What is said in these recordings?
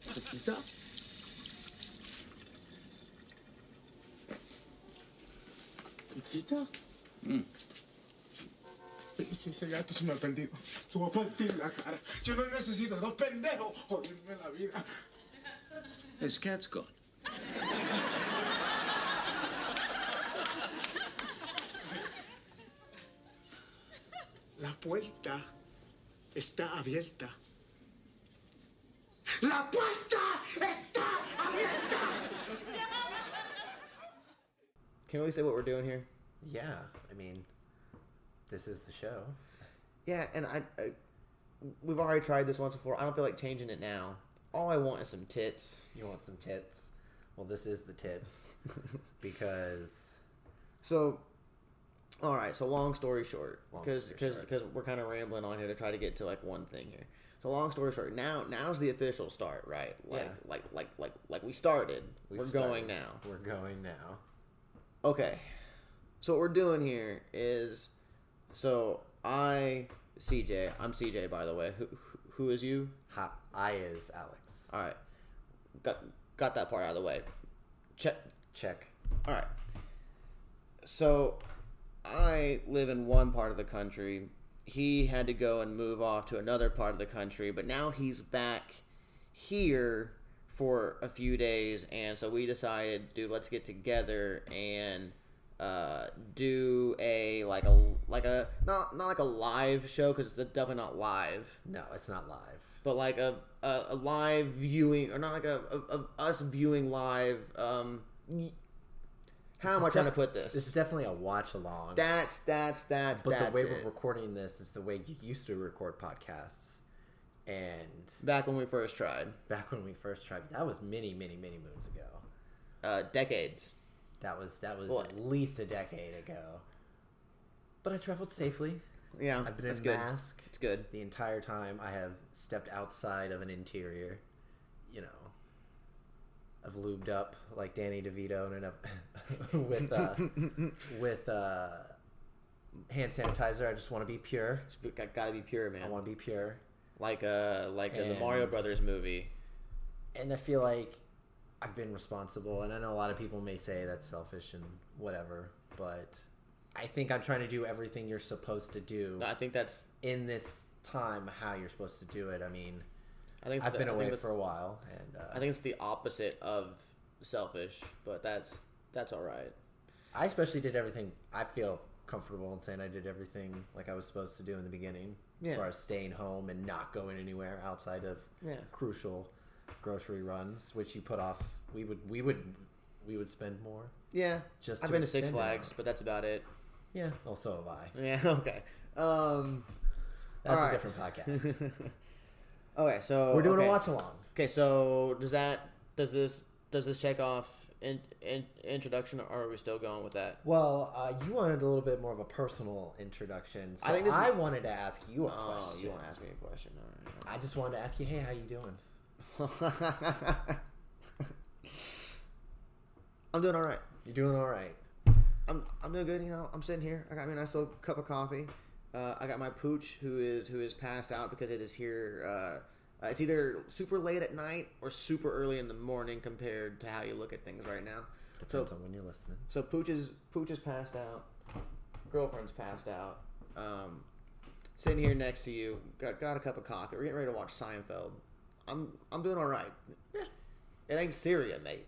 stuff. Chiquita. Mm. Si ese gato se me ha perdido, tú vas a partir la cara. Yo no necesito dos pendejos joderme la vida. His cat's gone. La puerta está abierta. ¡La puerta está abierta! Can we say what we're doing here? Yeah, I mean, this is the show. Yeah, and I, I, we've already tried this once before. I don't feel like changing it now. All I want is some tits. You want some tits? Well, this is the tits because So, all right. So long story short, because story because short. because we're kind of rambling on here to try to get to like one thing here. So long story short, now now's the official start, right? Like Yeah. like like like like we started. we've we're started. going now. We're going now. Okay. So what we're doing here is, so I CJ, I'm CJ by the way. Who who- who is you? Hi, I is Alex. All right, got got that part out of the way. Check. Check. All right. So, I live in one part of the country. He had to go and move off to another part of the country, but now he's back here for a few days, and so we decided, dude, let's get together and uh, do a like a like a not not like a live show because it's definitely not live No, it's not live. but like a, a, a live viewing or not like a, a, a us viewing live um y- how am i is trying to def- put this, This is definitely a watch along. that's that's that's but that's the way it. we're recording this is the way you used to record podcasts. And back when we first tried back when we first tried, that was many, many, many moons ago. uh decades That was that was Well- at least a decade ago. But I traveled safely. yeah I've been that's in good mask it's good the entire time. I have stepped outside of an interior. You know, I've lubed up like Danny DeVito and up with uh, with uh, hand sanitizer. I just want to be pure. It's b- got- gotta be pure man I want to be pure. like uh like in the mario And- brothers movie and I feel like I've been responsible. And I know a lot of people may say that's selfish and whatever, but I think I'm trying to do everything you're supposed to do i think that's in this time how you're supposed to do it. I mean, i think it's I've the- been I think away that's- for a while, and uh, i think it's the opposite of selfish but that's that's all right I especially did everything. I feel comfortable in saying I did everything like I was supposed to do in the beginning, Yeah. as far as staying home and not going anywhere outside of Yeah. crucial grocery runs, which you put off. We would, we would, we would spend more. yeah Just i've to been to six extend it flags out. but that's about it Yeah. Well, so have I. yeah okay um That's All a right. different podcast. Okay, so We're doing okay. a watch along. Okay, so does that does this does this check off in, in introduction, or are we still going with that? Well, uh, you wanted a little bit more of a personal introduction, so I, I think this is- wanted to ask Oh, you a question. wanna Oh, ask me a question? All I just wanted to ask you, hey, how you doing? right. I'm doing all right. You doing all right? I'm I'm doing good. You know, I'm sitting here. I got me a nice little cup of coffee. Uh, I got my pooch who is who is passed out because it is here. Uh, uh, it's either super late at night or super early in the morning compared to how you look at things right now. Depends on when you're listening. So Pooch is Pooch is passed out. Girlfriend's passed out. Um, sitting here next to you, got, got a cup of coffee. We're getting ready to watch Seinfeld. I'm I'm doing all right. It ain't Syria, mate.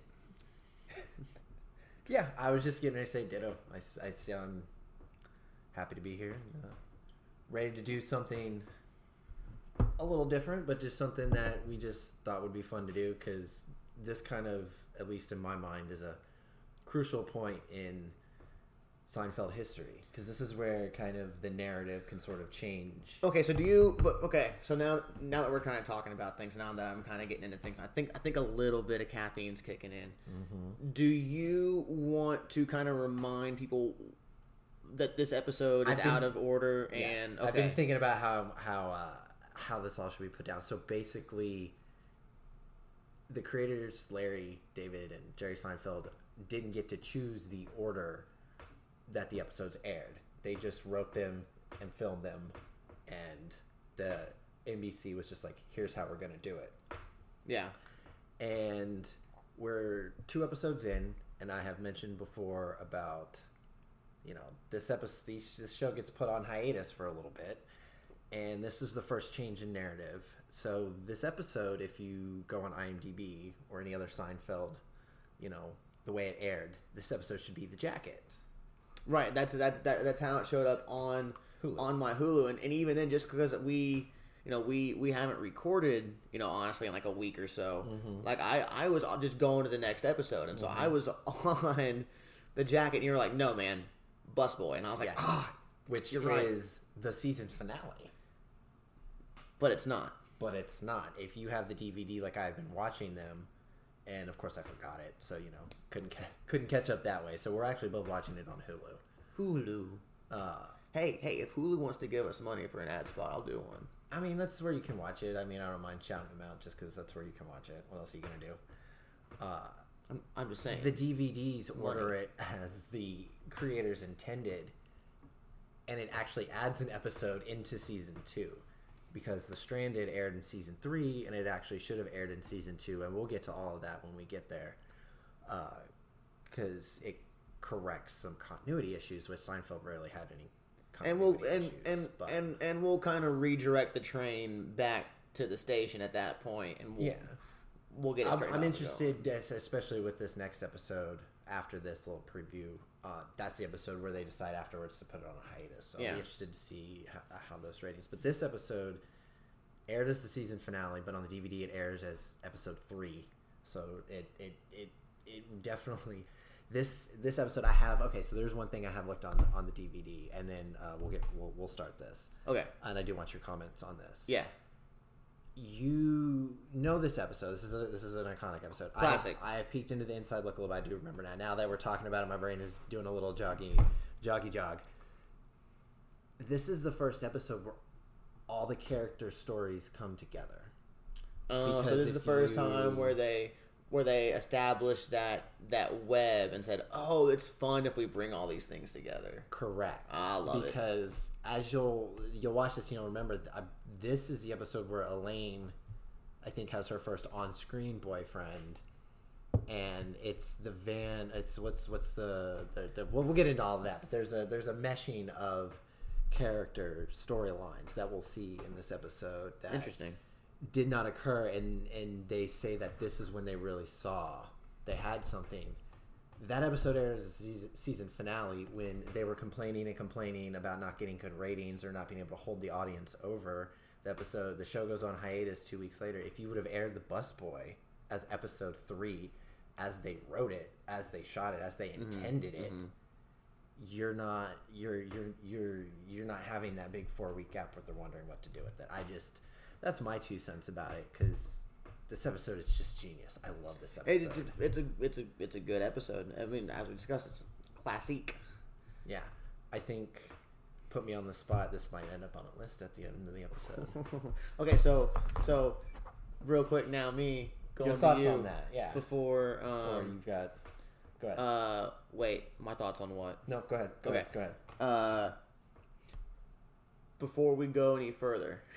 Yeah, I was just getting ready to say ditto. I, s- I sound happy to be here, and, uh, ready to do something a little different, but just something that we just thought would be fun to do because this kind of, at least in my mind, is a crucial point in Seinfeld history because this is where kind of the narrative can sort of change. Okay, so do you? But okay, so now now that we're kind of talking about things, now that I'm kind of getting into things, I think I think a little bit of caffeine's kicking in. Mm-hmm. Do you want to kind of remind people that this episode is I've been- out of order? And Yes. okay, I've been thinking about how how uh, how this all should be put down. So basically, the creators Larry David and Jerry Seinfeld didn't get to choose the order that the episodes aired. They just wrote them and filmed them, and the NBC was just like, "Here's how we're gonna do it." yeah, and we're two episodes in, and I have mentioned before about you know this episode this show gets put on hiatus for a little bit, and this is the first change in narrative. So this episode, if you go on IMDb or any other Seinfeld, you know the way it aired, this episode should be the jacket. Right. That's that, that that's how it showed up on Hulu. on my Hulu, and, and even then, just because we you know we we haven't recorded you know honestly in like a week or so, Mm-hmm. like I I was just going to the next episode, and so I was on the jacket, and you were like, no man, busboy, and I was like, Yeah. ah, which You're right. is the season finale. but it's not. But it's not. If you have the DVD, like I've been watching them, and of course I forgot it, so you know couldn't ca- couldn't catch up that way. So we're actually both watching it on Hulu. Hulu. Uh, Hey, hey, if Hulu wants to give us money for an ad spot, I'll do one. I mean that's where you can watch it. I mean I don't mind shouting them out just because that's where you can watch it. What else are you gonna do? I'm, I'm just saying. The DVDs order it as the creators intended, and it actually adds an episode into season two because The Stranded aired in season three, and it actually should have aired in season two, and we'll get to all of that when we get there because it corrects some continuity issues, which Seinfeld rarely had any. and we'll continuity and issues, and, but- and and we'll kind of redirect the train back to the station at that point, and we'll, yeah, we'll get. It I'm, straight I'm back interested, yes, especially with this next episode. After this little preview, uh, that's the episode where they decide afterwards to put it on a hiatus. So I'll Yeah. be interested to see how, how those ratings. But this episode aired as the season finale, but on the DVD it airs as episode three. So it it it, it definitely this this episode I have okay. So there's one thing I have looked on on the DVD, and then uh, we'll get we'll, we'll start this. Go. Okay. And I do want your comments on this Yeah. you know this episode. This is a, this is an iconic episode. I have- Classic. I have, peeked into the inside look a little bit. I do remember now. Now that we're talking about it, my brain is doing a little joggy, joggy jog. This is the first episode where all the character stories come together. Oh, so Because this is the if first you- time where they where they established that that web and said, "Oh, it's fun if we bring all these things together." Correct. I love it. because as you'll you'll watch this, you'll remember th- I, this is the episode where Elaine, I think, has her first on-screen boyfriend, and it's the van. It's what's what's the, the, the well, we'll get into all of that. But there's a there's a meshing of character storylines that we'll see in this episode that Interesting. did not occur and and they say that this is when they really saw they had something that episode aired as a season, season finale when they were complaining and complaining about not getting good ratings or not being able to hold the audience over the episode the show goes on hiatus two weeks later if you would have aired the bus boy as episode three as they wrote it as they shot it as they intended it you're not you're you're you're you're not having that big four week gap where they're wondering what to do with it. I just that's my two cents about it because this episode is just genius. I love this episode. It's, it's a it's a it's a it's a good episode. I mean, as we discussed, it's classic. yeah, I think put me on the spot. This might end up on a list at the end of the episode. okay, so so real quick now, me going to thoughts you on that, yeah. Before or um you've got go ahead. uh wait, my thoughts on what no, go ahead. Go okay. ahead. Go ahead. uh before we go any further.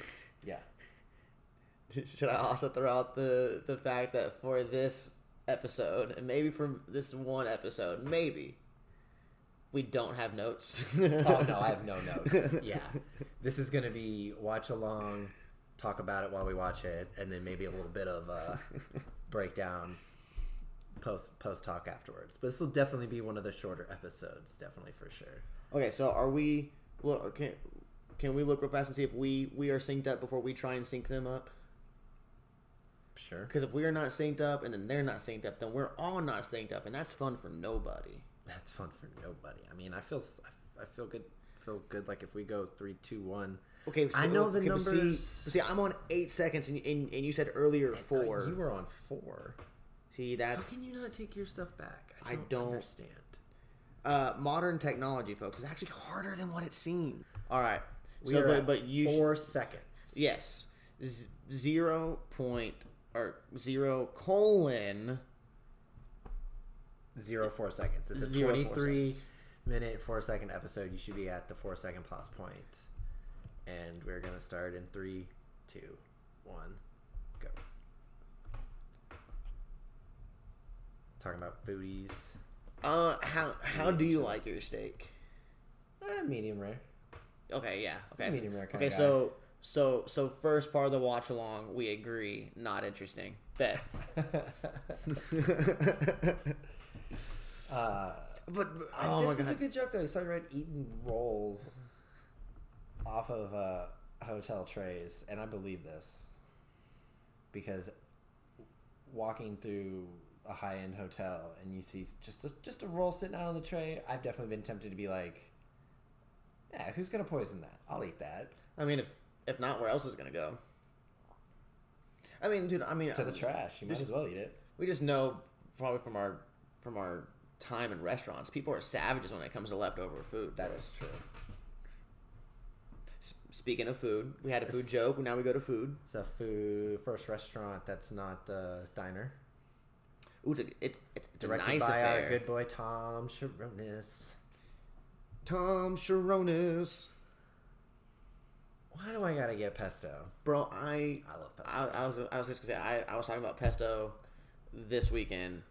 Yeah. Should I also throw out the the fact that for this episode and maybe for this one episode, maybe we don't have notes. Oh no, I have no notes. Yeah, this is gonna be watch along, talk about it while we watch it, and then maybe a little bit of uh, breakdown, post post talk afterwards. But this will definitely be one of the shorter episodes, definitely for sure. Okay, so are we? Look, can can we look real fast and see if we we are synced up before we try and sync them up? Sure. Because if we are not synced up and then they're not synced up, then we're all not synced up, and that's fun for nobody. That's fun for nobody. I mean, I feel s- I feel good feel good like if we go three two one. Okay, so, I know the okay, but see- numbers. but See, I'm on eight seconds, and and, and you said earlier Uh, four. you were on four. see, How that's can you not take your stuff back? I don't- understand. uh, modern technology, folks. It's actually harder than what it seemed. All right. We so, are but, at but you sh- four seconds. yes, Z- zero point or zero colon. zero four seconds. It's a Zero four 23 minute four second episode. You should be at the four second pause point. And we're gonna start in three, two, one, go. Talking about foodies. Uh, how how do you like your steak? Eh, medium rare. Okay, yeah. Okay. Medium rare kinda Okay, guy. so so so first part of the watch along, we agree, not interesting. Bet. Uh, But this is a good joke though. So I read eating rolls off of uh, hotel trays, and I believe this because walking through a high end hotel and you see just a, just a roll sitting out on the tray, I've definitely been tempted to be like, "Yeah, who's gonna poison that? I'll eat that." I mean, if if not, where else is it gonna go? I mean, dude. I mean, To the trash, you might Just- as well eat it. we just know probably from our from our time in restaurants, people are savages when it comes to leftover food. That is true. S- speaking of food, we had a food Yes. joke. Now we go to food. It's a food first restaurant that's not uh, diner. Ooh, it's a, it's, it's a Directed nice by affair. our good boy Tom Sharonis. Tom Sharonis. Why do I gotta get pesto? Bro, I I love pesto. I, I was I was just gonna say I, I was talking about pesto this weekend.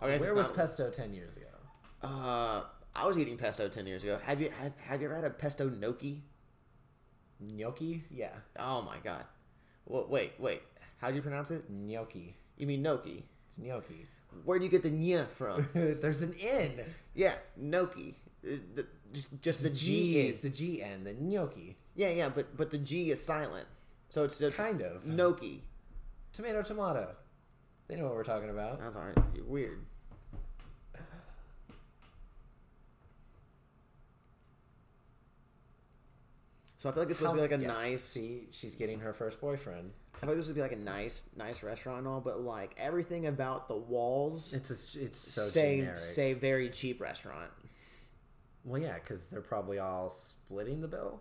I guess Where it's was not- pesto ten years ago? Uh, I was eating pesto ten years ago. Have you have, have you ever had a pesto gnocchi? Gnocchi? Yeah, Oh my god! Well, wait, wait. How do you pronounce it? gnocchi. You mean gnocchi? It's gnocchi. Where do you get the nya from? There's an N. yeah, gnocchi. Uh, the, just just the G. It's is a G N. The gnocchi. yeah, yeah, but but the G is silent, so it's just Kind of. gnocchi. Tomato, tomato. They know what we're talking about. That's all right. You're weird. So I feel like it's supposed to be like a Yes. nice. See, she's getting her first boyfriend. I feel like this would be like a nice, nice restaurant and all, but like everything about the walls It's a, it's so say generic. say very cheap restaurant. Well, yeah, because they're probably all splitting the bill.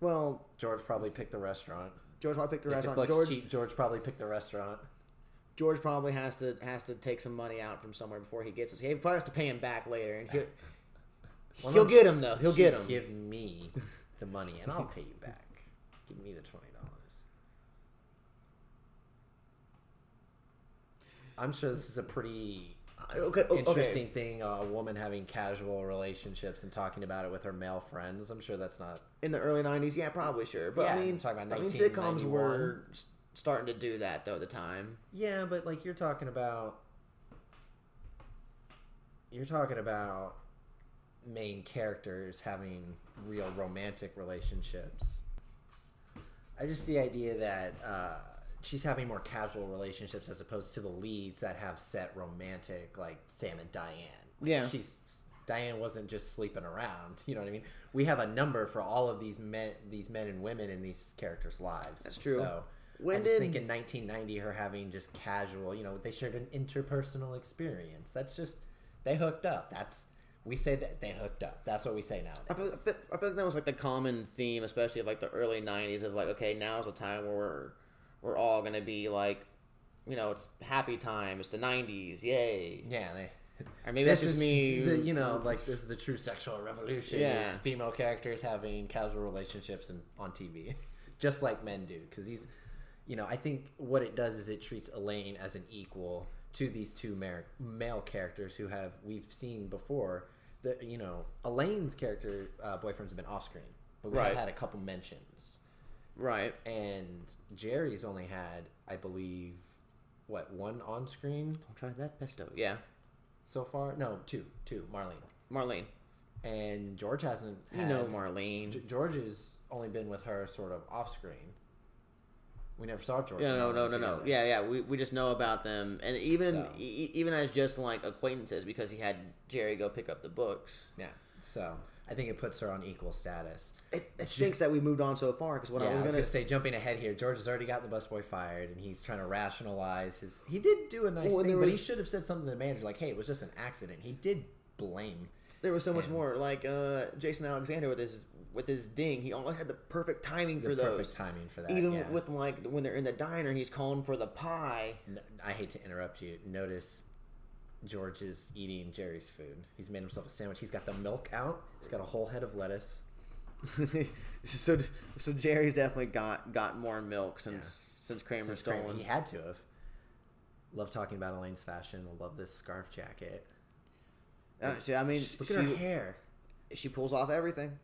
Well, George probably picked the restaurant. George probably picked the If it restaurant. looks George cheap, George probably picked the restaurant. George probably has to has to take some money out from somewhere before he gets it. He probably has to pay him back later, and he'll Well, he'll no, get him though. He'll get You him. Give me the money and I'll pay you back. Give me the twenty dollars. I'm sure this is a pretty Oh, okay, o- interesting okay. thing. A woman having casual relationships and talking about it with her male friends. I'm sure that's not. In the early '90s, yeah, probably sure. But I Yeah, mean, I'm talking about I mean, sitcoms 1991. were s- starting to do that though. at The time, Yeah, but like you're talking about. You're talking about main characters having real romantic relationships. I just the idea that uh, she's having more casual relationships as opposed to the leads that have set romantic, like Sam and Diane. Like, Yeah. she's Diane wasn't just sleeping around. You know what I mean? We have a number for all of these men, these men and women in these characters' lives. That's true. So When I just did- think in 1990, her having just casual, you know, they shared an interpersonal experience. That's just they hooked up. That's we say that they hooked up. That's what we say nowadays. I feel, I feel, I feel like that was like the common theme, especially of like the early '90s, of like, okay, now's the time where we're we're all gonna be like, you know, it's happy time. It's the '90s, yay! Yeah, they. Or maybe that's this just is me. The, you know, like this is the true sexual revolution. Yeah, Yeah. female characters having casual relationships and on TV, just like men do, because these, you know, I think what it does is it treats Elaine as an equal to these two mer- male characters who have we've seen before. That you know, Elaine's character uh, boyfriends have been off screen, but we Right. have had a couple mentions right? and Jerry's only had, I believe, what one on screen Try that pesto. Yeah, so far? No, two, two. Marlene Marlene. and George hasn't. You had- know G- Marlene. George has only been with her sort of off screen. We never saw George. Yeah, no, and no, Marlene no, no. together. Yeah, yeah. We, we just know about them, and even So. e- e- even as just like acquaintances, because he had Jerry go pick up the books. yeah. So I think it puts her on equal status. It, it stinks that we moved on so far. Because what Yeah, I was gonna, say, jumping ahead here, George has already gotten the busboy fired, and he's trying to rationalize his. He did do a nice Well, and thing, there but he was- should have said something to the manager, like, "Hey, it was just an accident." He did blame There was so much And- more. Like uh, Jason Alexander with his with his ding, he almost had the perfect timing the for perfect those. timing for that. Even yeah. with like when they're in the diner, he's calling for the pie. N- I hate to interrupt you. Notice George is eating Jerry's food. He's made himself a sandwich. He's got the milk out. He's got a whole head of lettuce. so so Jerry's definitely got got more milk since since Kramer Since stolen. Kramer- He had to have. Love talking about Elaine's fashion. I love this scarf jacket. Uh, see, I mean, Just look at her she, hair. she pulls off everything.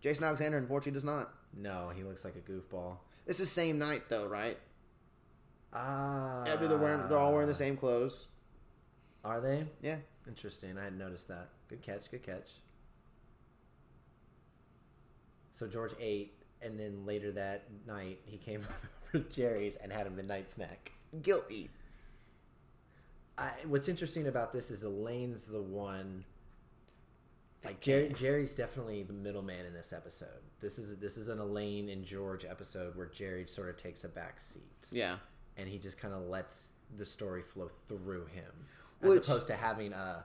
Jason Alexander, unfortunately, does not. No, he looks like a goofball. It's the same night, though, right? Ah, I mean, they're, wearing, they're all wearing the same clothes. Are they? Yeah. Interesting. I hadn't noticed that. Good catch. Good catch. So George ate, and then later that night, he came over to Jerry's and had a midnight snack. Guilty. I, what's interesting about this is Elaine's the one. Like Jerry, Jerry's definitely the middleman in this episode. This is this is an Elaine and George episode where Jerry sort of takes a back seat. Yeah. and he just kind of lets the story flow through him, as Which- opposed to having a,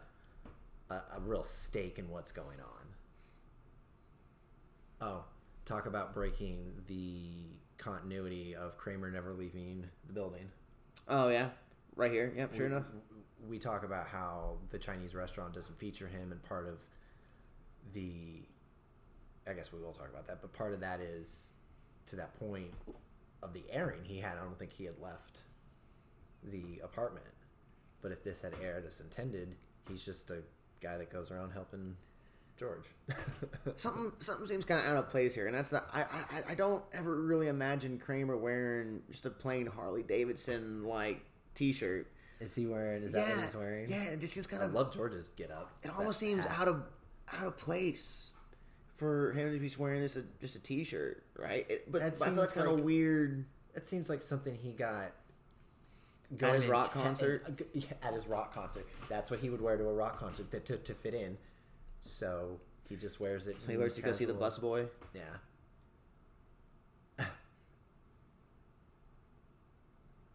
a a real stake in what's going on. Oh, talk about breaking the continuity of Kramer never leaving the building. Oh, yeah. Right here. Yep, sure enough. We talk about how the Chinese restaurant doesn't feature him, and part of the, I guess we will talk about that, but part of that is to that point of the airing he had. I don't think he had left the apartment, but if this had aired as intended, he's just a guy that goes around helping George. Something something seems kind of out of place here, and that's that. I, I I don't ever really imagine Kramer wearing just a plain Harley Davidson like T-shirt. is he wearing? Is yeah, that what he's wearing? yeah, it just seems kind I of. love George's get up. it almost seems out of out of place for him to be wearing this uh, just a T-shirt, right? It, but That I feel seems that's kind of like- weird. That seems like something he got At his going rock in concert? uh, g- yeah, At his rock concert, that's what he would wear to a rock concert to, to, to fit in. So he just wears it. So he wears to go see the bus boy. Yeah.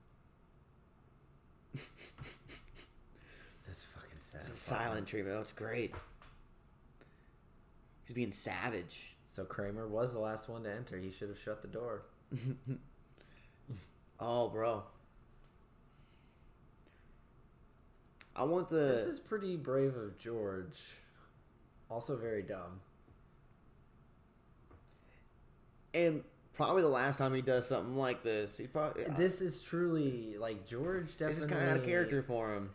this fucking sad. Silent treatment. Oh, it's great. He's being savage. So Kramer was the last one to enter. He should have shut the door. Oh, bro. I want the. This is pretty brave of George. Also very dumb. And probably the last time he does something like this, he probably This is truly like George. Definitely this is kind of out of character for him.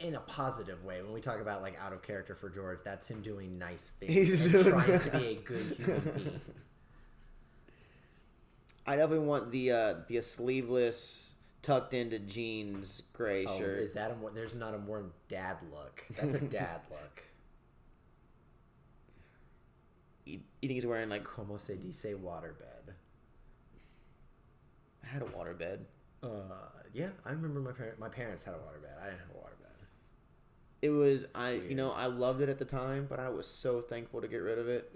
in a positive way. When we talk about like out of character for George, that's him doing nice things He's and doing- trying to be a good human being. I definitely want the uh, the sleeveless tucked into jeans gray Oh, shirt. is that a more? There's not a more dad look. That's a dad look. you, you think he's wearing like Como se dice waterbed. I had a waterbed. Uh, yeah, I remember my parents. My parents had a waterbed. I didn't have a waterbed. It was I you know I loved it at the time, but I was so thankful to get rid of it.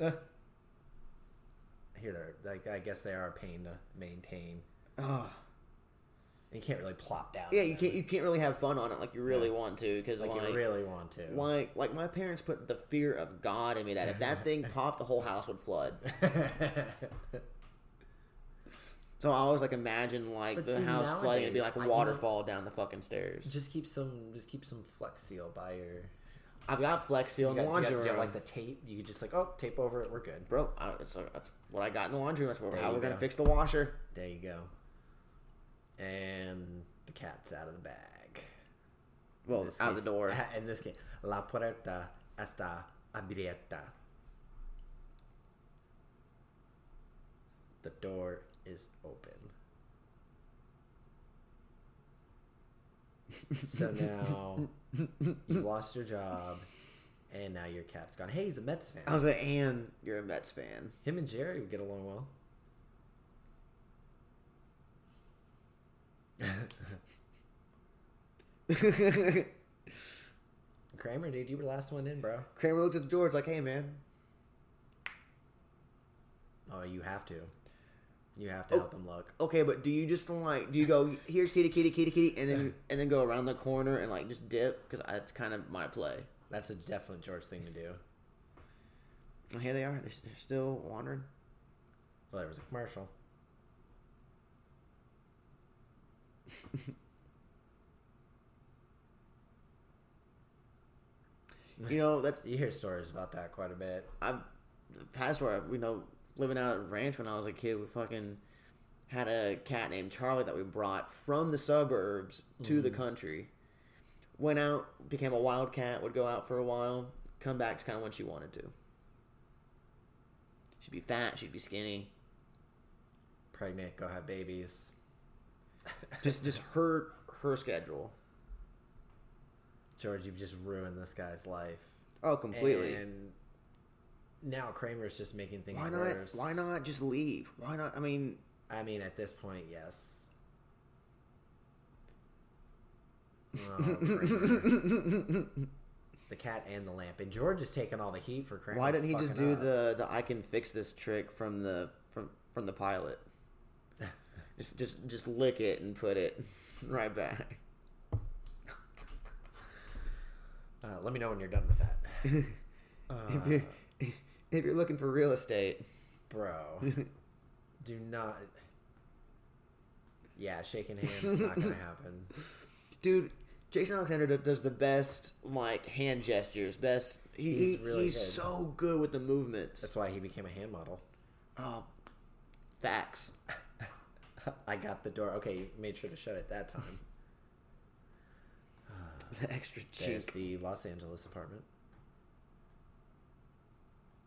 Here they're like, I guess they are a pain to maintain. Ugh. And you can't really plop down. yeah, on you them can't you can't really have fun on it like you really want to because like, Like, you really want to. like like my parents put the fear of God in me that if that thing popped, the whole house would flood. So I always like imagine like But the see, house flooding and be like nowadays, a I- you know- waterfall down the fucking stairs. Just keep some. Just keep some Flex Seal by your. I've got Flex Seal You in the got, you laundry got- you got, room, like the tape. You could just like, oh, tape over it. We're good. bro. I, it's like, that's what I got in the laundry room. That's what, There how you we're gonna go. fix the washer. There you go. And the cat's out of the bag. Well, This out of case- the door. In this case, la puerta está abierta. The door is open. So now you lost your job, and now your cat's gone. Hey, he's a Mets fan. I was like, and you're a Mets fan. Him and Jerry would get along well. Kramer, dude, you were the last one in, bro. Kramer looked at the George like, hey man, Oh, you have to. You have to Oh. help him look. okay, but do you just like do you go here, kitty, kitty, kitty, kitty, and then and then go around the corner and like just dip because that's kind of my play. That's a definite George thing to do. And here they are. They're, they're still wandering. Well, there was a commercial. You know, that's You hear stories about that quite a bit. I've had a story. You know, living out at a ranch when I was a kid, we fucking had a cat named Charlie that we brought from the suburbs to the Mm-hmm. country. Went out, became a wild cat, would go out for a while, come back to kind of when she wanted to. She'd be fat, she'd be skinny. Pregnant, go have babies. Just just her her schedule. George, you've just ruined this guy's life. Oh, completely. And now Kramer's just making things why not? worse. Why not just leave? Why not? I mean, I mean, at this point, yes. Oh, Kramer. the cat and the lamp, and George is taking all the heat for Kramer. why didn't he just fucking uh, do up. the the I can fix this trick from the from from the pilot? just just just lick it and put it right back. Uh, let me know when you're done with that, if, you're, if you're looking for real estate, bro. do not. Yeah, shaking hands is not gonna happen. dude. Jason Alexander do- does the best like hand gestures. Best he, He's he- really he's good. so good with the movements. That's why he became a hand model. oh, facts. I got the door. Okay, you made sure to shut it that time. The extra There's cheek. the Los Angeles apartment.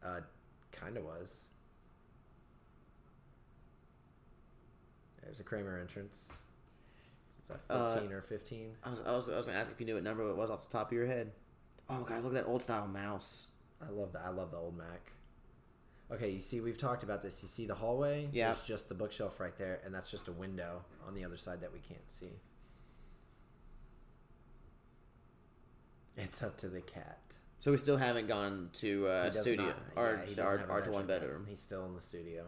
Uh, kind of was. There's a Kramer entrance. Is that Uh, 14 or 15? I was, I was I was gonna ask if you knew what number it was off the top of your head. Oh god, look at that old style mouse. I love the I love the old Mac. Okay, you see, we've talked about this. You see the hallway? Yeah. There's just the bookshelf right there, and that's just a window on the other side that we can't see. It's up to the cat. So we still haven't gone to He uh, does studio not- or yeah, he to our, doesn't have a our to one bedroom yet. bedroom. He's still in the studio.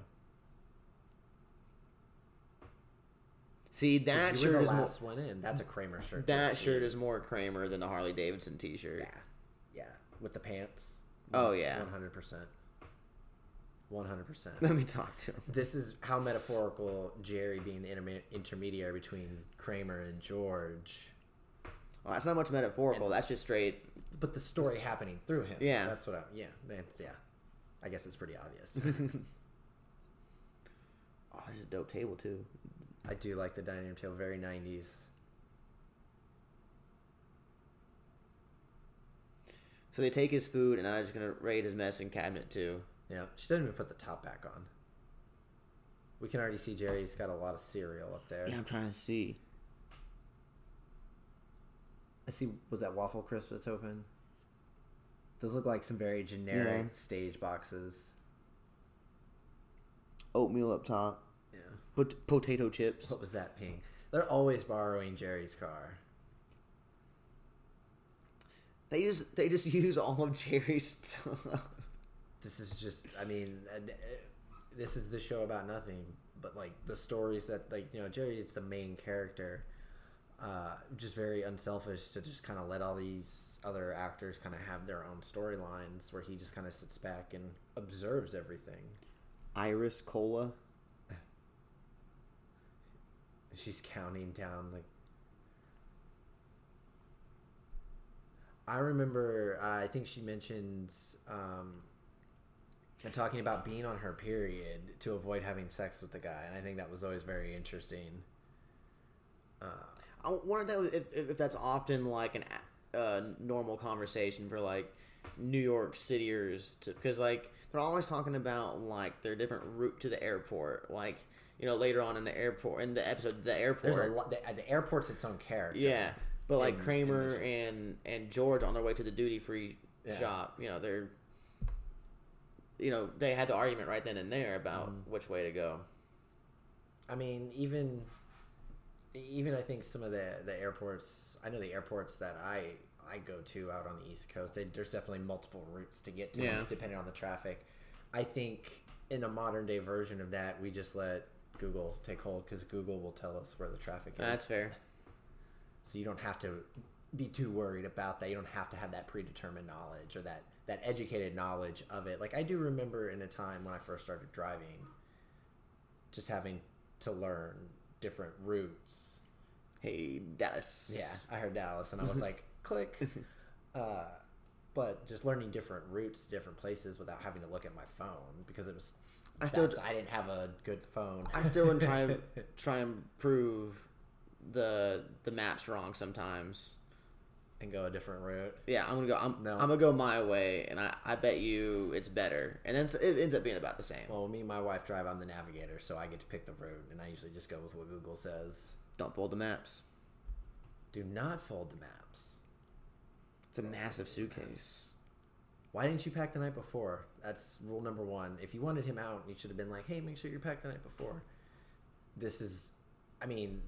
See that you were shirt the is more, last one in. That's a Kramer shirt. that Jesse. shirt is more Kramer than the Harley Davidson T-shirt. Yeah, yeah, with the pants. Oh, yeah. one hundred percent, one hundred percent. Let me talk to him. This is how metaphorical Jerry being the interme- intermediary between Kramer and George, Well, that's not much metaphorical. that's just straight. but the story happening through him. Yeah. that's what. I, yeah, that's, yeah. I guess it's pretty obvious. Oh, this is a dope table too. I do like the dining room table, very nineties. So they take his food, and I'm just gonna raid his mess and cabinet too. Yeah, she doesn't even put the top back on. We can already see Jerry's got a lot of cereal up there. Yeah, I'm trying to see. I see. Was that waffle crisp that's open? Those look like some very Yeah. generic stage boxes. Oatmeal up top, Yeah. but potato chips. What was that ping? They're always borrowing Jerry's car. They just they just use all of Jerry's stuff. This is just. I mean, and, uh, this is the show about nothing. But like the stories that like you know Jerry is the main character. Uh, just very unselfish to just kind of let all these other actors kind of have their own storylines where he just kind of sits back and observes everything. Iris cola. She's counting down like I remember uh, I think she mentions um and talking about being on her period to avoid having sex with the guy and I think that was always very interesting. I wonder if, that- if, if that's often like an a- uh, normal conversation for like New York Cityers, because like they're always talking about like their different route to the airport. Like you know later on in the airport in the episode the airport. There's a lot the, the airport's its own character. yeah, but like in- Kramer and and George on their way to the duty free Yeah. shop. You know they're you know they had the argument right then and there about Mm-hmm. which way to go. I mean, even even I think some of the the airports. I know the airports that I I go to out on the East Coast. They, there's definitely multiple routes to get to, Yeah. depending on the traffic. I think in a modern day version of that, we just let Google take hold because Google will tell us where the traffic is. That's fair. So you don't have to be too worried about that. You don't have to have that predetermined knowledge or that that educated knowledge of it. Like I do remember in a time when I first started driving, just having to learn different routes. Hey Dallas. Yeah, I heard Dallas and I was like, click. Uh, but just learning different routes, different places without having to look at my phone because it was I still That's- I didn't have a good phone. I still would try and try and prove the the maps wrong sometimes. and go a different route. Yeah, I'm gonna go. I'm, No. I'm gonna go my way, and I, I bet you it's better. And then it's- it ends up being about the same. Well, me and my wife drive. I'm the navigator, so I get to pick the route, and I usually just go with what Google says. Don't fold the maps. Do not fold the maps. It's a massive suitcase. Why didn't you pack the night before? That's rule number one. If you wanted him out, you should have been like, "Hey, make sure you pack the night before." This is, I mean,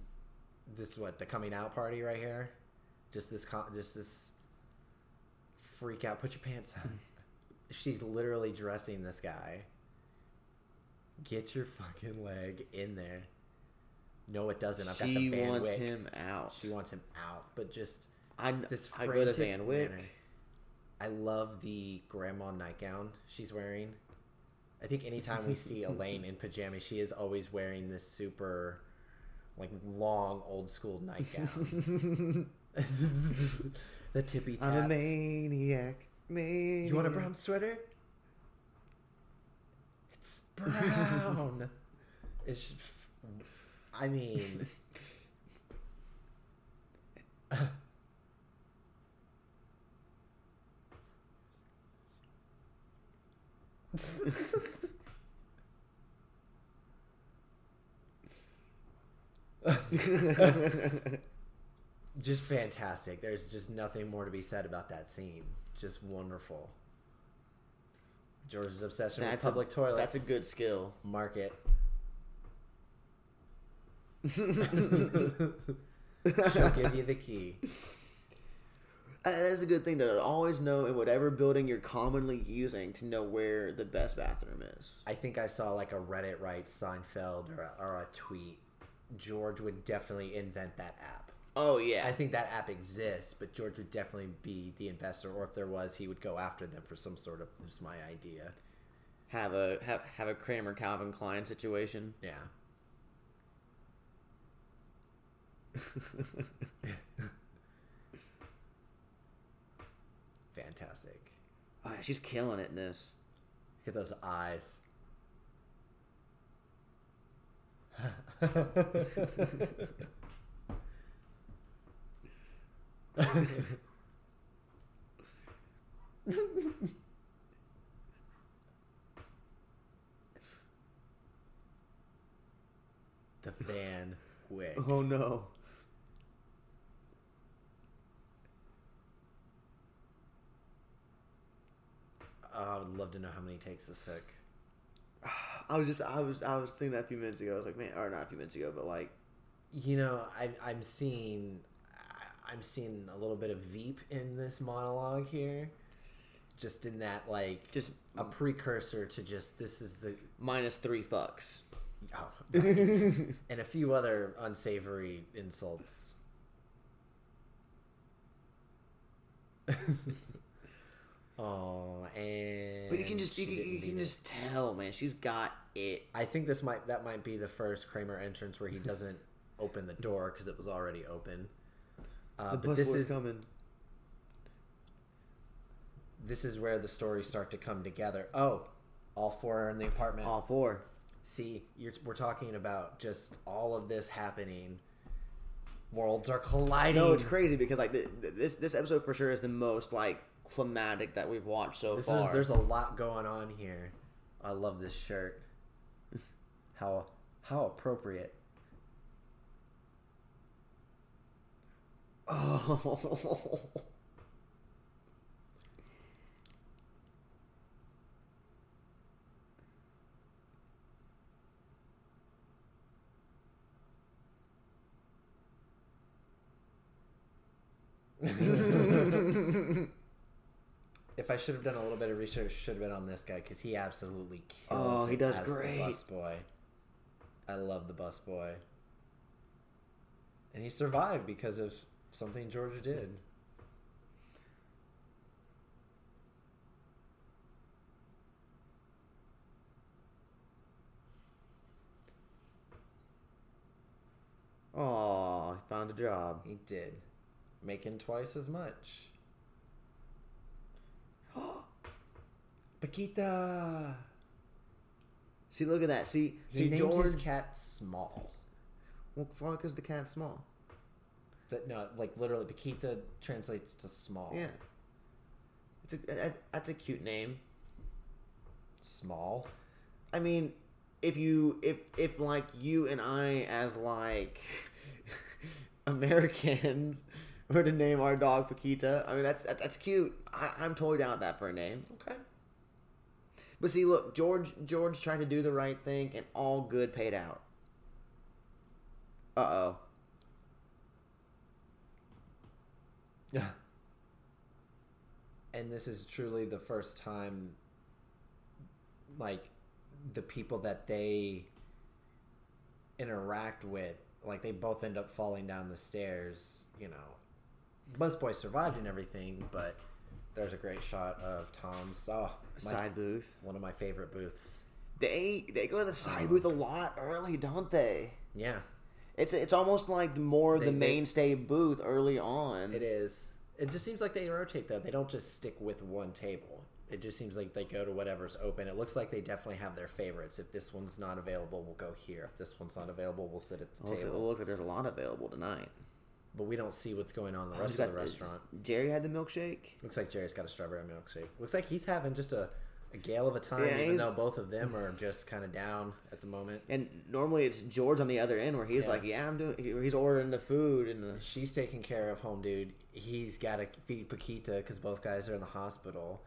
this is what the coming out party right here. Just this, co- just this freak out. Put your pants on. She's literally dressing this guy. Get your fucking leg in there. No, it doesn't. I've she got the Van wants Wick. him out. She wants him out, but just I, this I go to frantic Van Wick. manner. I love the grandma nightgown she's wearing. I think anytime we see Elaine in pajamas, she is always wearing this super, like long old school nightgown. the tippy taps. I'm a maniac. Maniac. You want a brown sweater? It's brown. it's. I mean. just fantastic. There's just nothing more to be said about that scene. Just wonderful. George's obsession That's with public a, toilets. That's a good skill. market. She'll give you the key. Uh, that's a good thing though, to always know in whatever building you're commonly using to know where the best bathroom is. I think I saw like a Reddit right Seinfeld or a, or a tweet. George would definitely invent that app. Oh yeah, I think that app exists, but George would definitely be the investor, or if there was, he would go after them for some sort of just my idea. have a have have a Kramer Calvin Klein situation. Yeah. Fantastic. Oh, she's killing it in this. Look at those eyes. the Van Wick. Oh no. I would love to know how many takes this took. I was just I was I was thinking that a few minutes ago. I was like, man, or not a few minutes ago, but like You know, I, I'm seeing, I- I'm seeing a little bit of Veep in this monologue here, just in that like, just a precursor to just this is the minus three fucks. oh, and a few other unsavory insults. oh, and But you can just you she can, didn't you beat can it. just tell, man. She's got it. I think this might that might be the first Kramer entrance where he doesn't open the door because it was already open. Uh, The but bus this boy's is coming. this is where the stories start to come together. Oh, all four are in the apartment. All four. See, you're, we're talking about just all of this happening. Worlds are colliding. No, it's crazy because like th- th- this this episode for sure is the most like climatic that we've watched so This is, far. there's a lot going on here. I love this shirt. How how appropriate. oh. If I should have done a little bit of research, should have been on this guy because he absolutely kills. Oh, he it does as the great. bus boy. I love the bus boy, and he survived because of something George did. Aw, he found a job. He did, making twice as much. Paquita, See, look at that. See, He see named his George. cat Small. Well, fuck is the cat small? But no, like literally, Paquita translates to small. Yeah. It's a, that- that's a cute name. Small. I mean, if you if if like you and I as like Americans were to name our dog Paquita, I mean that's that's, that's cute. I, I'm totally down with that for a name. Okay. But see, look, George George tried to do the right thing, and all good paid out. Uh oh. Yeah. And this is truly the first time, like, the people that they interact with, like, they both end up falling down the stairs, you know. Buzzboy survived and everything, but there's a great shot of Tom's. Oh, my, Side booth. one of my favorite booths. They they go to the side Oh. booth a lot early, don't they? Yeah, It's it's almost like more of They- the they- mainstay booth early on. it is. It just seems like they rotate, though. They don't just stick with one table. It just seems like they go to whatever's open. It looks like they definitely have their favorites. If this one's not available, we'll go here. If this one's not available, we'll sit at the Looks like, table. look, there's a lot available tonight. But we don't see what's going on in the Who's rest of the got- restaurant. Jerry had the milkshake. Looks like Jerry's got a strawberry milkshake. Looks like he's having just a, a gale of a time, Yeah, even he's- though both of them are just kind of down at the moment. And normally it's George on the other end where he's Yeah. like, "Yeah, I'm doing." he- He's ordering the food and the. She's taking care of home dude. He's got to feed Paquita because both guys are in the hospital,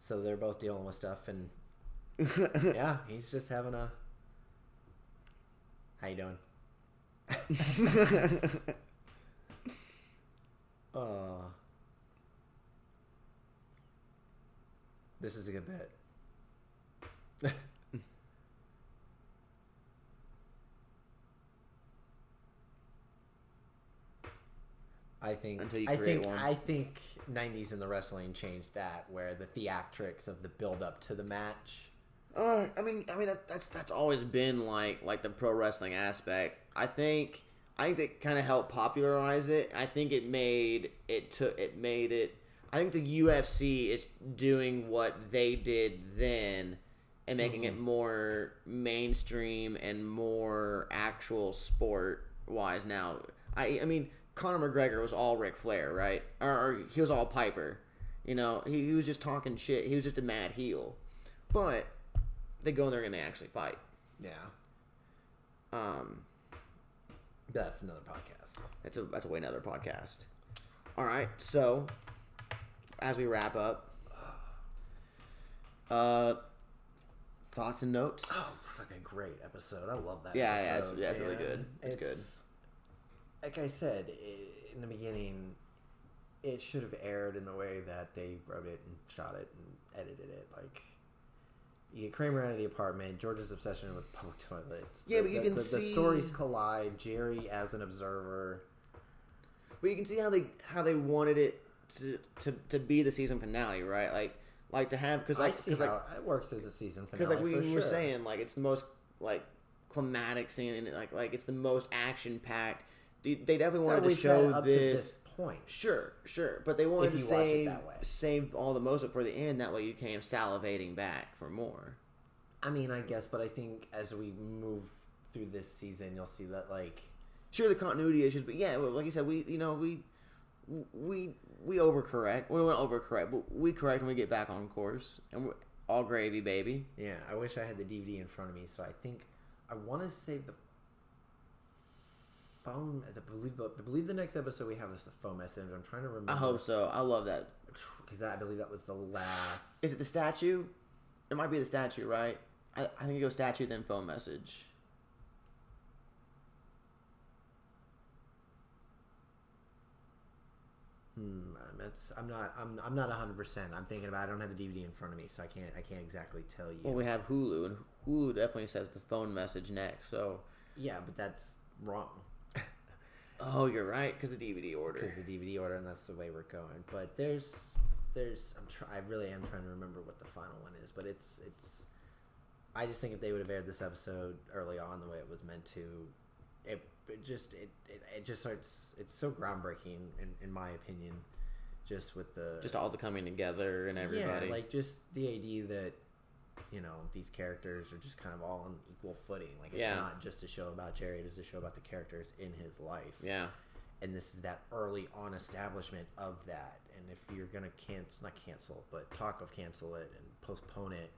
so they're both dealing with stuff. And yeah, he's just having a. How you doing? Uh, this is a good bit. I think Until you I create think one. I think 90s in the wrestling changed that where the theatrics of the build up to the match Uh, I mean, I mean that, that's that's always been like like the pro wrestling aspect. I think I think that kind of helped popularize it. I think it made it took it made it. I think the UFC is doing what they did then and making it more mainstream and more actual sport wise now. I I mean Conor McGregor was all Ric Flair, right? Or, or he was all Piper. You know, he, he was just talking shit. He was just a mad heel. But they go in there and they actually fight. yeah Um, that's another podcast that's a that's a way another podcast. All right, so as we wrap up, uh, thoughts and notes. Oh, fucking great episode! I love that. Yeah, yeah, episode, it's- yeah, it's really man. good. It's good. Like I said i- in the beginning, it should have aired in the way that they wrote it and shot it and edited it. Like you get Kramer out of the apartment, George's obsession with public toilets. Yeah, the- but you the- can the, the see- stories collide. Jerry as an observer. But you can see how they how they wanted it to to, to be the season finale, right? Like like to have because I like see because how like it works as a season finale. because like we for were sure. saying, like it's the most like climatic scene, and like like it's the most action packed. They they definitely wanted That to we've had show up to this. this point. Sure, sure, but they wanted If to you watch it save that way. save all the most for the end. That way, you came salivating back for more. I mean, I guess, but I think as we move through this season, you'll see that like Sure, the continuity issues, but yeah, well, like you said, we you know we we we overcorrect. We don't overcorrect, but we correct when we get back on course, and we're all gravy, baby. yeah. I wish I had the DVD in front of me, so I think I want to save the phone. The believe I believe the next episode we have is the phone message. I'm trying to remember. I hope so. I love that. because I believe that was the last. Is it the statue? It might be the statue, right? I, I think it goes statue then phone message. Hmm, that's, I'm not. I'm. I'm not 100. percent I'm thinking about. I don't have the DVD in front of me, so I can't. I can't exactly tell you. Well, we have Hulu, and Hulu definitely says the phone message next. So, yeah, but that's wrong. oh, you're right because the DVD order. because the DVD order, and that's the way we're going. But there's, there's, I'm try, I really am trying to remember what the final one is, but it's, it's. I just think if they would have aired this episode early on the way it was meant to, it, it just it, it it just starts. It's so groundbreaking in, in my opinion, just with the just all the coming together and everybody. yeah, like just the idea that you know these characters are just kind of all on equal footing. Like it's Yeah. not just a show about Jared; it's a show about the characters in his life. Yeah. And this is that early on establishment of that. And if you're gonna cancel, not cancel, but talk of cancel it and postpone it,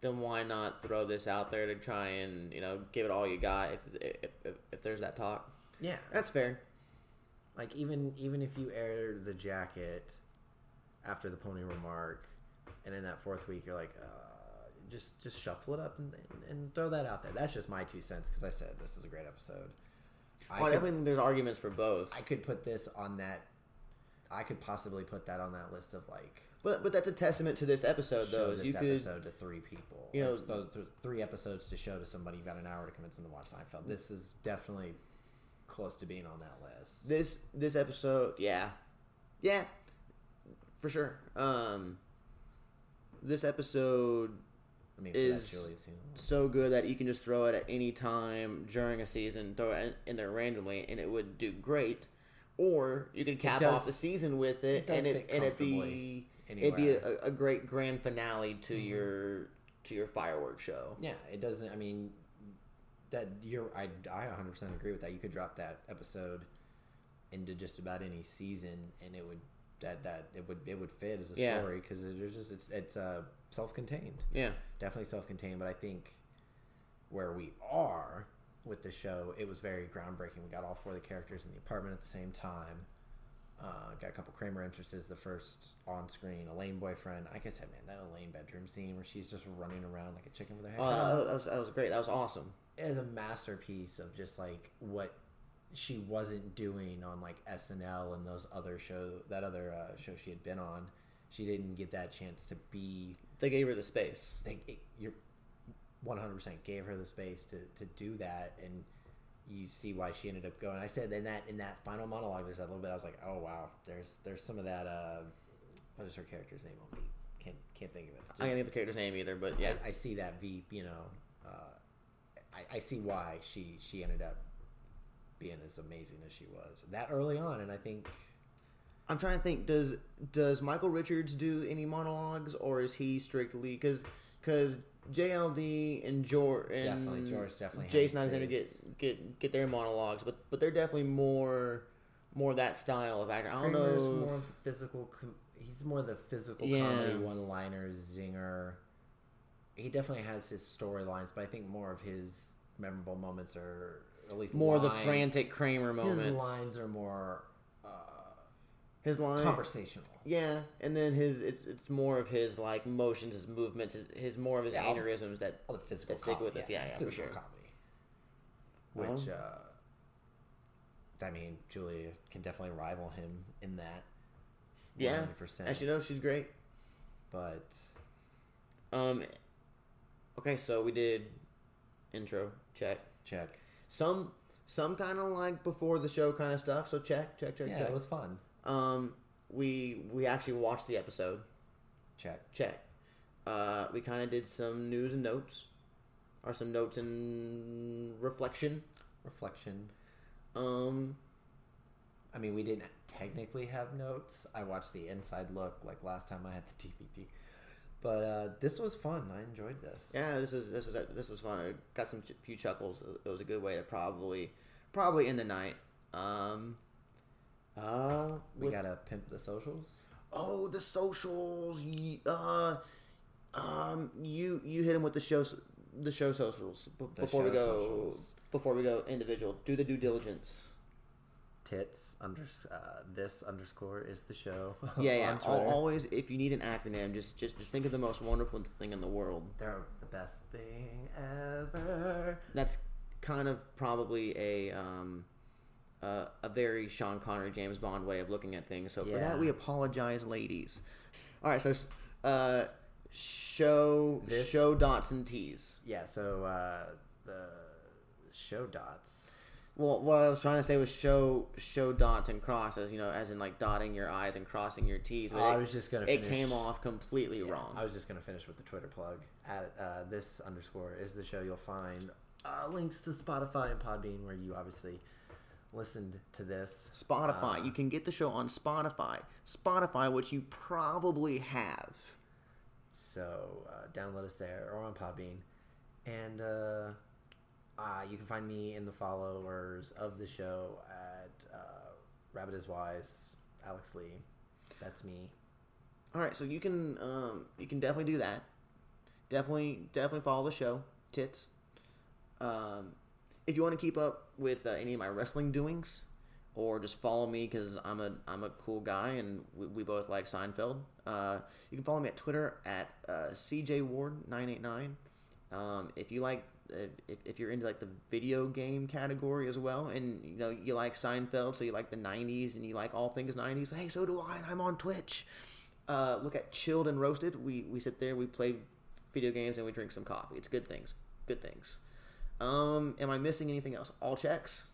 Then why not throw this out there to try and you know give it all you got if if, if, if there's that talk. yeah, That's fair. like even even if you air the jacket after the pony remark and in that fourth week you're like uh, just just shuffle it up and, and, and throw that out there that's just my two cents because i said this is a great episode I, Well, I could, mean, there's arguments for both. I could put this on that i could possibly put that on that list of like But but that's a testament to this episode, show though. is this You could episode to three people you Or know- th- th- three episodes to show to somebody you've got an hour to convince them to watch seinfeld this is definitely close to being on that list this this episode, yeah, yeah, for sure. Um, this episode i mean is- for that Julie's, you know, so good that you can just throw it at any time during a season, throw it in there randomly, and it would do great. Or you could cap does- off the season with it, it does and it fit and it'd be comfortably it'd be anywhere. Mm-hmm. a, a great grand finale to your to your fireworks show. Yeah, it doesn't. I mean, that you're. I I 100 percent agree with that. You could drop that episode into just about any season, and it would that that it would it would fit as a Yeah. story because there's just it's it's uh self contained, Yeah, definitely self contained. But I think where we are with the show, it was very groundbreaking. We got all four of the characters in the apartment at the same time. Uh, got a couple Kramer entrances. The first on screen Elaine boyfriend. Like I said, man, that Elaine bedroom scene where she's just running around like a chicken with her head. oh, cut off that, was, that was great. That was awesome. as a masterpiece of just like what she wasn't doing on like SNL and those other show that other uh, show she had been on. She didn't get that chance to be. They gave her the space. Like, it, you're 100% gave her the space to, to do that, and you see why she ended up going. I said in that in that final monologue, there's that little bit. I was like, oh wow, there's there's some of that. Uh, what is her character's name? On me, can't can't think of it. I can't think of the character's name either, but yeah, I, I see that Veep, you know, uh, I, I see why she she ended up being as amazing as she was that early on, and I think I'm trying to think. Does does Michael Richards do any monologues, or is he strictly because because JLD and George and Definitely, George definitely has Jason Alexander his- get get get their monologues, but but they're definitely more more that style of actor. I don't Kramer's know. more of the physical. Com- he's more the physical Yeah. comedy one-liners, zinger. He definitely has his storylines, but I think more of his memorable moments are at least more the line- frantic Kramer His moments. His, lines are more line, conversational. yeah, and then his it's it's more of his like motions, his movements, his, his more of his Yeah, all the- mannerisms that all the physical that stick comedy. with us. Yeah, yeah, for physical sure. Oh. comedy. Which, uh, I mean, Julia can definitely rival him in that. Yeah, 100%. as you know, she's great. But Um. Okay, so we did intro check check. some some kind of like before the show kind of stuff. So check check check Yeah, check. it was fun. um, we we actually watched the episode. Check. Check. Uh, we kind of did some news and notes, or some notes and reflection. Reflection. Um, I mean, we didn't technically have notes. I watched the inside look like last time I had the DVD. But uh, this was fun. I enjoyed this. yeah, this was this was this was fun. I got some ch- few chuckles. It was a good way to probably probably end the night. Um, uh, We with- gotta pimp the socials. oh the socials y- uh um you you hit him with the show s- the show socials b- The before we show go socials. before we go individual do the due diligence Tits under uh, this underscore is the show. yeah yeah Oh, on Al- Twitter. always if you need an acronym just just just think of the most wonderful thing in the world They're the best thing ever. that's kind of probably a um uh, a very Sean Connery James Bond way of looking at things. So for Yeah. that we apologize, ladies. All right, so uh, show This- show dots and T's. Yeah, so uh, the show dots. Well, what I was trying to say was show show dots and crosses, you know, as in like dotting your I's and crossing your T's. but Oh, I it- was just gonna It finish- came off completely wrong. I was just gonna finish with the Twitter plug. At uh, this underscore is the show. You'll find uh, links to Spotify and Podbean, where you obviously listened to this. uh, Spotify. you can get the show on Spotify. Spotify, which you probably have. So uh, download us there or on Podbean. And uh, uh, you can find me in the followers of the show at uh, Rabbit is Wise, Alex Lee. That's me. All right, so you can um, you can definitely do that. Definitely, definitely follow the show, tits. Um, if you want to keep up with uh, any of my wrestling doings, or just follow me because I'm a I'm a cool guy and we, we both like Seinfeld. Uh, you can follow me at Twitter at uh, CJ Ward nine eight nine. Um, if you like, if, if you're into like the video game category as well, and you know you like Seinfeld, so you like the '90s and you like all things '90s. Hey, so do I, and I'm on Twitch. Uh, look at Chilled and Roasted. We we sit there, we play video games, and we drink some coffee. It's good things. Good things. Um, am I missing anything else? All checks.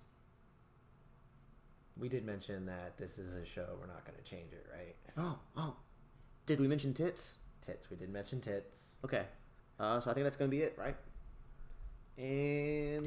We did mention that this is a show. We're not going to change it, right? Oh, oh. Did we mention tits? Tits. We did mention tits. Okay. Uh, so I think that's going to be it, right? And.